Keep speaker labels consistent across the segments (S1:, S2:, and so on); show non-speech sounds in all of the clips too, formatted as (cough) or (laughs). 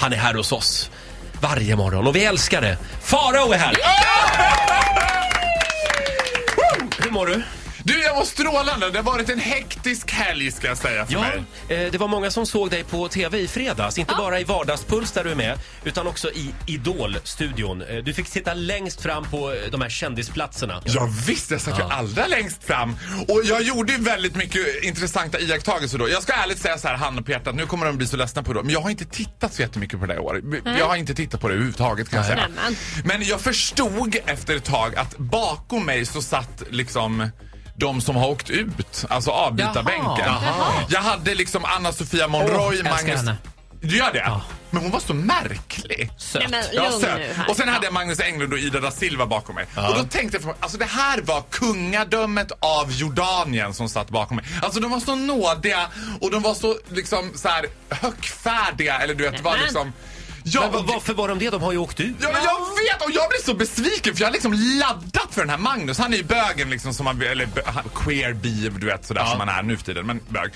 S1: Han är här hos oss varje morgon och vi älskar det. Farao är här! Woo! Hur mår du?
S2: Du, jag mår strålande. Det har varit en hektisk helg ska jag säga för
S1: Ja,
S2: mig.
S1: eh, det var många som såg dig på TV i fredags. Inte bara i Vardagspuls där du är med, utan också i Idol-studion. Eh, Du fick sitta längst fram på eh, de här kändisplatserna.
S2: Ja, visst, jag satt ju allra längst fram. Och jag gjorde ju väldigt mycket intressanta iakttagelser då. Jag ska ärligt säga så här, handen på hjärtat, nu kommer de bli så ledsna på det. Men jag har inte tittat så jättemycket på det här året. Jag har inte tittat på det överhuvudtaget kan jag säga.
S3: Nämen.
S2: Men jag förstod efter ett tag att bakom mig så satt liksom de som har åkt ut, alltså avbytarbänken.
S1: Jaha.
S2: Jag hade liksom Anna-Sofia Monroy,
S4: älskar henne.
S2: Du gör det? Men hon var så märklig.
S3: Nej, men
S2: Ja,
S3: lugn
S2: söt.
S3: nu här.
S2: Och sen hade jag Magnus Englund och Ida da Silva bakom mig. Och då tänkte jag för mig, alltså det här var kungadömet av Jordanien som satt bakom mig. Alltså de var så nådiga och de var så liksom så här högfärdiga eller du vet, var
S3: Nämen.
S2: liksom... Ja,
S1: Men va- varför var de det? De har ju åkt ut.
S2: Ja, men jag vet! Och jag blir så besviken för jag har liksom laddat för den här Magnus. Han är ju bögen liksom som man, eller bö- han- queer bi, du vet sådär som man är nu för tiden, men bög.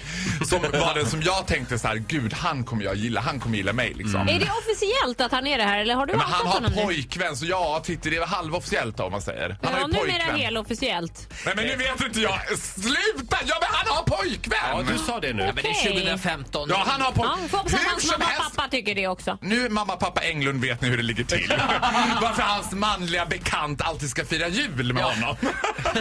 S2: Som var den som jag tänkte så här, gud han kommer jag gilla, han kommer gilla mig liksom.
S3: Är det officiellt att han är det här eller har du
S2: Ja, Men
S3: outat
S2: han har
S3: honom nu?
S2: pojkvän, så ja, titta det är halvofficiellt då om man säger. Han har
S3: Ja,
S2: ju
S3: numera
S2: pojkvän.
S3: helofficiellt.
S2: Nej men nu vet inte jag. Sluta! Ja men han har
S1: Ja,
S2: pojkvän!
S1: du sa det nu.
S4: Ja, men det är
S3: Okej.
S4: 2015.
S2: Ja, han har
S3: Ja, vi får hoppas att
S2: pojkvän. Hur
S3: hans
S2: som
S3: mamma och
S2: helst.
S3: pappa tycker det också.
S2: Nu mamma pappa Englund vet ni hur det ligger
S3: (laughs)
S2: till. Varför hans manliga bekant alltid ska fira jul med
S3: (laughs)
S2: honom.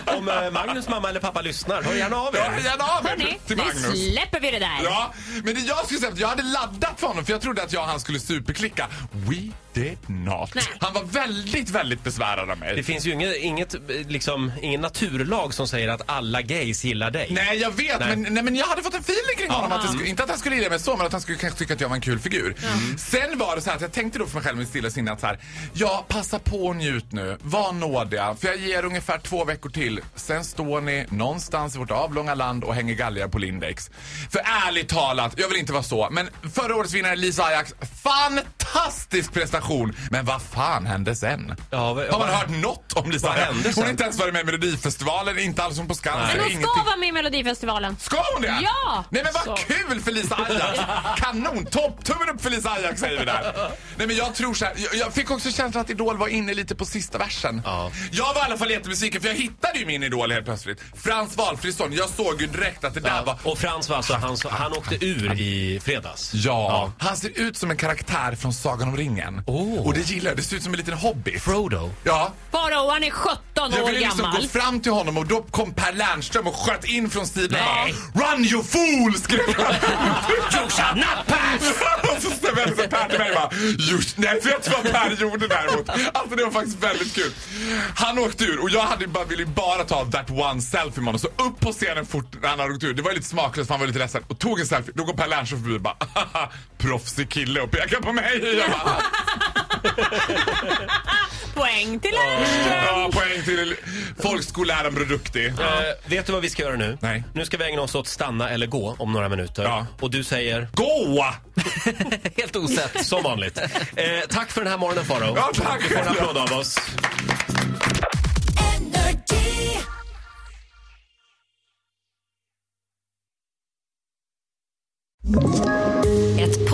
S1: Om eh, Magnus mamma eller pappa lyssnar, hör gärna av
S2: Jag
S1: er.
S2: är gärna av er
S3: Hörni,
S2: till
S3: nu
S2: Magnus.
S3: släpper vi det där.
S2: Ja, men det jag skulle säga att jag hade laddat för honom för jag trodde att jag och han skulle superklicka. We did not.
S3: Nej.
S2: Han var väldigt, väldigt besvärad av mig.
S1: Det finns ju inget, inget eh, liksom, ingen naturlag som säger att alla gays gillar dig.
S2: Nej, jag vet.
S1: Nej. Ah.
S2: Men, nej, men jag hade fått en feeling kring honom. Att det skulle, inte att han skulle gilla mig så, men att han skulle kanske tycka att jag var en kul figur. Mm. Sen var det så här att jag tänkte då för mig själv i mitt stilla sinne att så här, ja, passa på och njut nu. Var nådiga. För jag ger ungefär två veckor till. Sen står ni någonstans i vårt avlånga land och hänger galgar på Lindex. För ärligt talat, jag vill inte vara så, men förra årets vinnare Lisa Ajax, fantastisk prestation. Men vad fan hände sen?
S1: Ja, vad-
S2: Har man
S1: vad-
S2: hört något om Lisa
S1: vad
S2: Ajax?
S1: hände
S2: Hon
S1: sen?
S2: har inte ens varit med i Melodifestivalen, inte alls hon på Skansen.
S3: Men hon
S2: ingenting.
S3: ska vara med i Melodifestivalen.
S2: Ska hon det?
S3: Ja!
S2: Nej men vad
S3: Så.
S2: kul för Lisa Ajax! Kanon! Topp! Tummen upp för Lisa Ajax säger vi där. Nej men jag tror så här, jag, jag fick också känslan att Idol var inne lite på sista versen.
S1: Ja.
S2: Jag var i alla fall jättebesviken för jag hittade ju min Idol helt plötsligt. Frans Valfridsson, jag såg ju direkt att det där var...
S1: Och Frans var alltså, han, han åkte ur i fredags.
S2: Ja, han ser ut som en karaktär från Sagan om ringen.
S1: Åh.
S2: Och det gillar jag, det ser ut som en liten hobby.
S1: Frodo.
S2: Ja,
S3: Farao, han är 17
S2: Jag
S3: år
S2: ville liksom
S3: gammal.
S2: gå fram till honom och då kom Per Lernström och sköt in från sidan och bara, Run you fool! skrek han. you shall not pass! (laughs) och så vände sig Per till mig och bara "Just- Nej, vet du vad Per gjorde däremot? Alltså det var faktiskt väldigt kul. Han åkte ur och jag hade ju bara, ville ju bara ta that one selfie med honom. Så upp på scenen fort när han hade åkt ur. Det var ju lite smaklöst för han var lite ledsen. Och tog en selfie. Då går Per Lernström förbi och bara "Haha, proffsig kille och pekar på mig. Jag bara,
S3: Poäng till Lennart.
S2: ja, poäng till folkskolläraren Brodukti.
S1: Eh, vet du vad vi ska göra nu?
S2: Nej.
S1: Nu ska vi ägna oss åt stanna eller gå om några minuter.
S2: Ja.
S1: Och du säger,
S2: Gå!
S4: Helt osett.
S1: som
S2: (laughs)
S1: vanligt. Eh, tack för den här morgonen Farao.
S2: Ja, tack.
S1: Du får en applåd av oss.
S5: Ett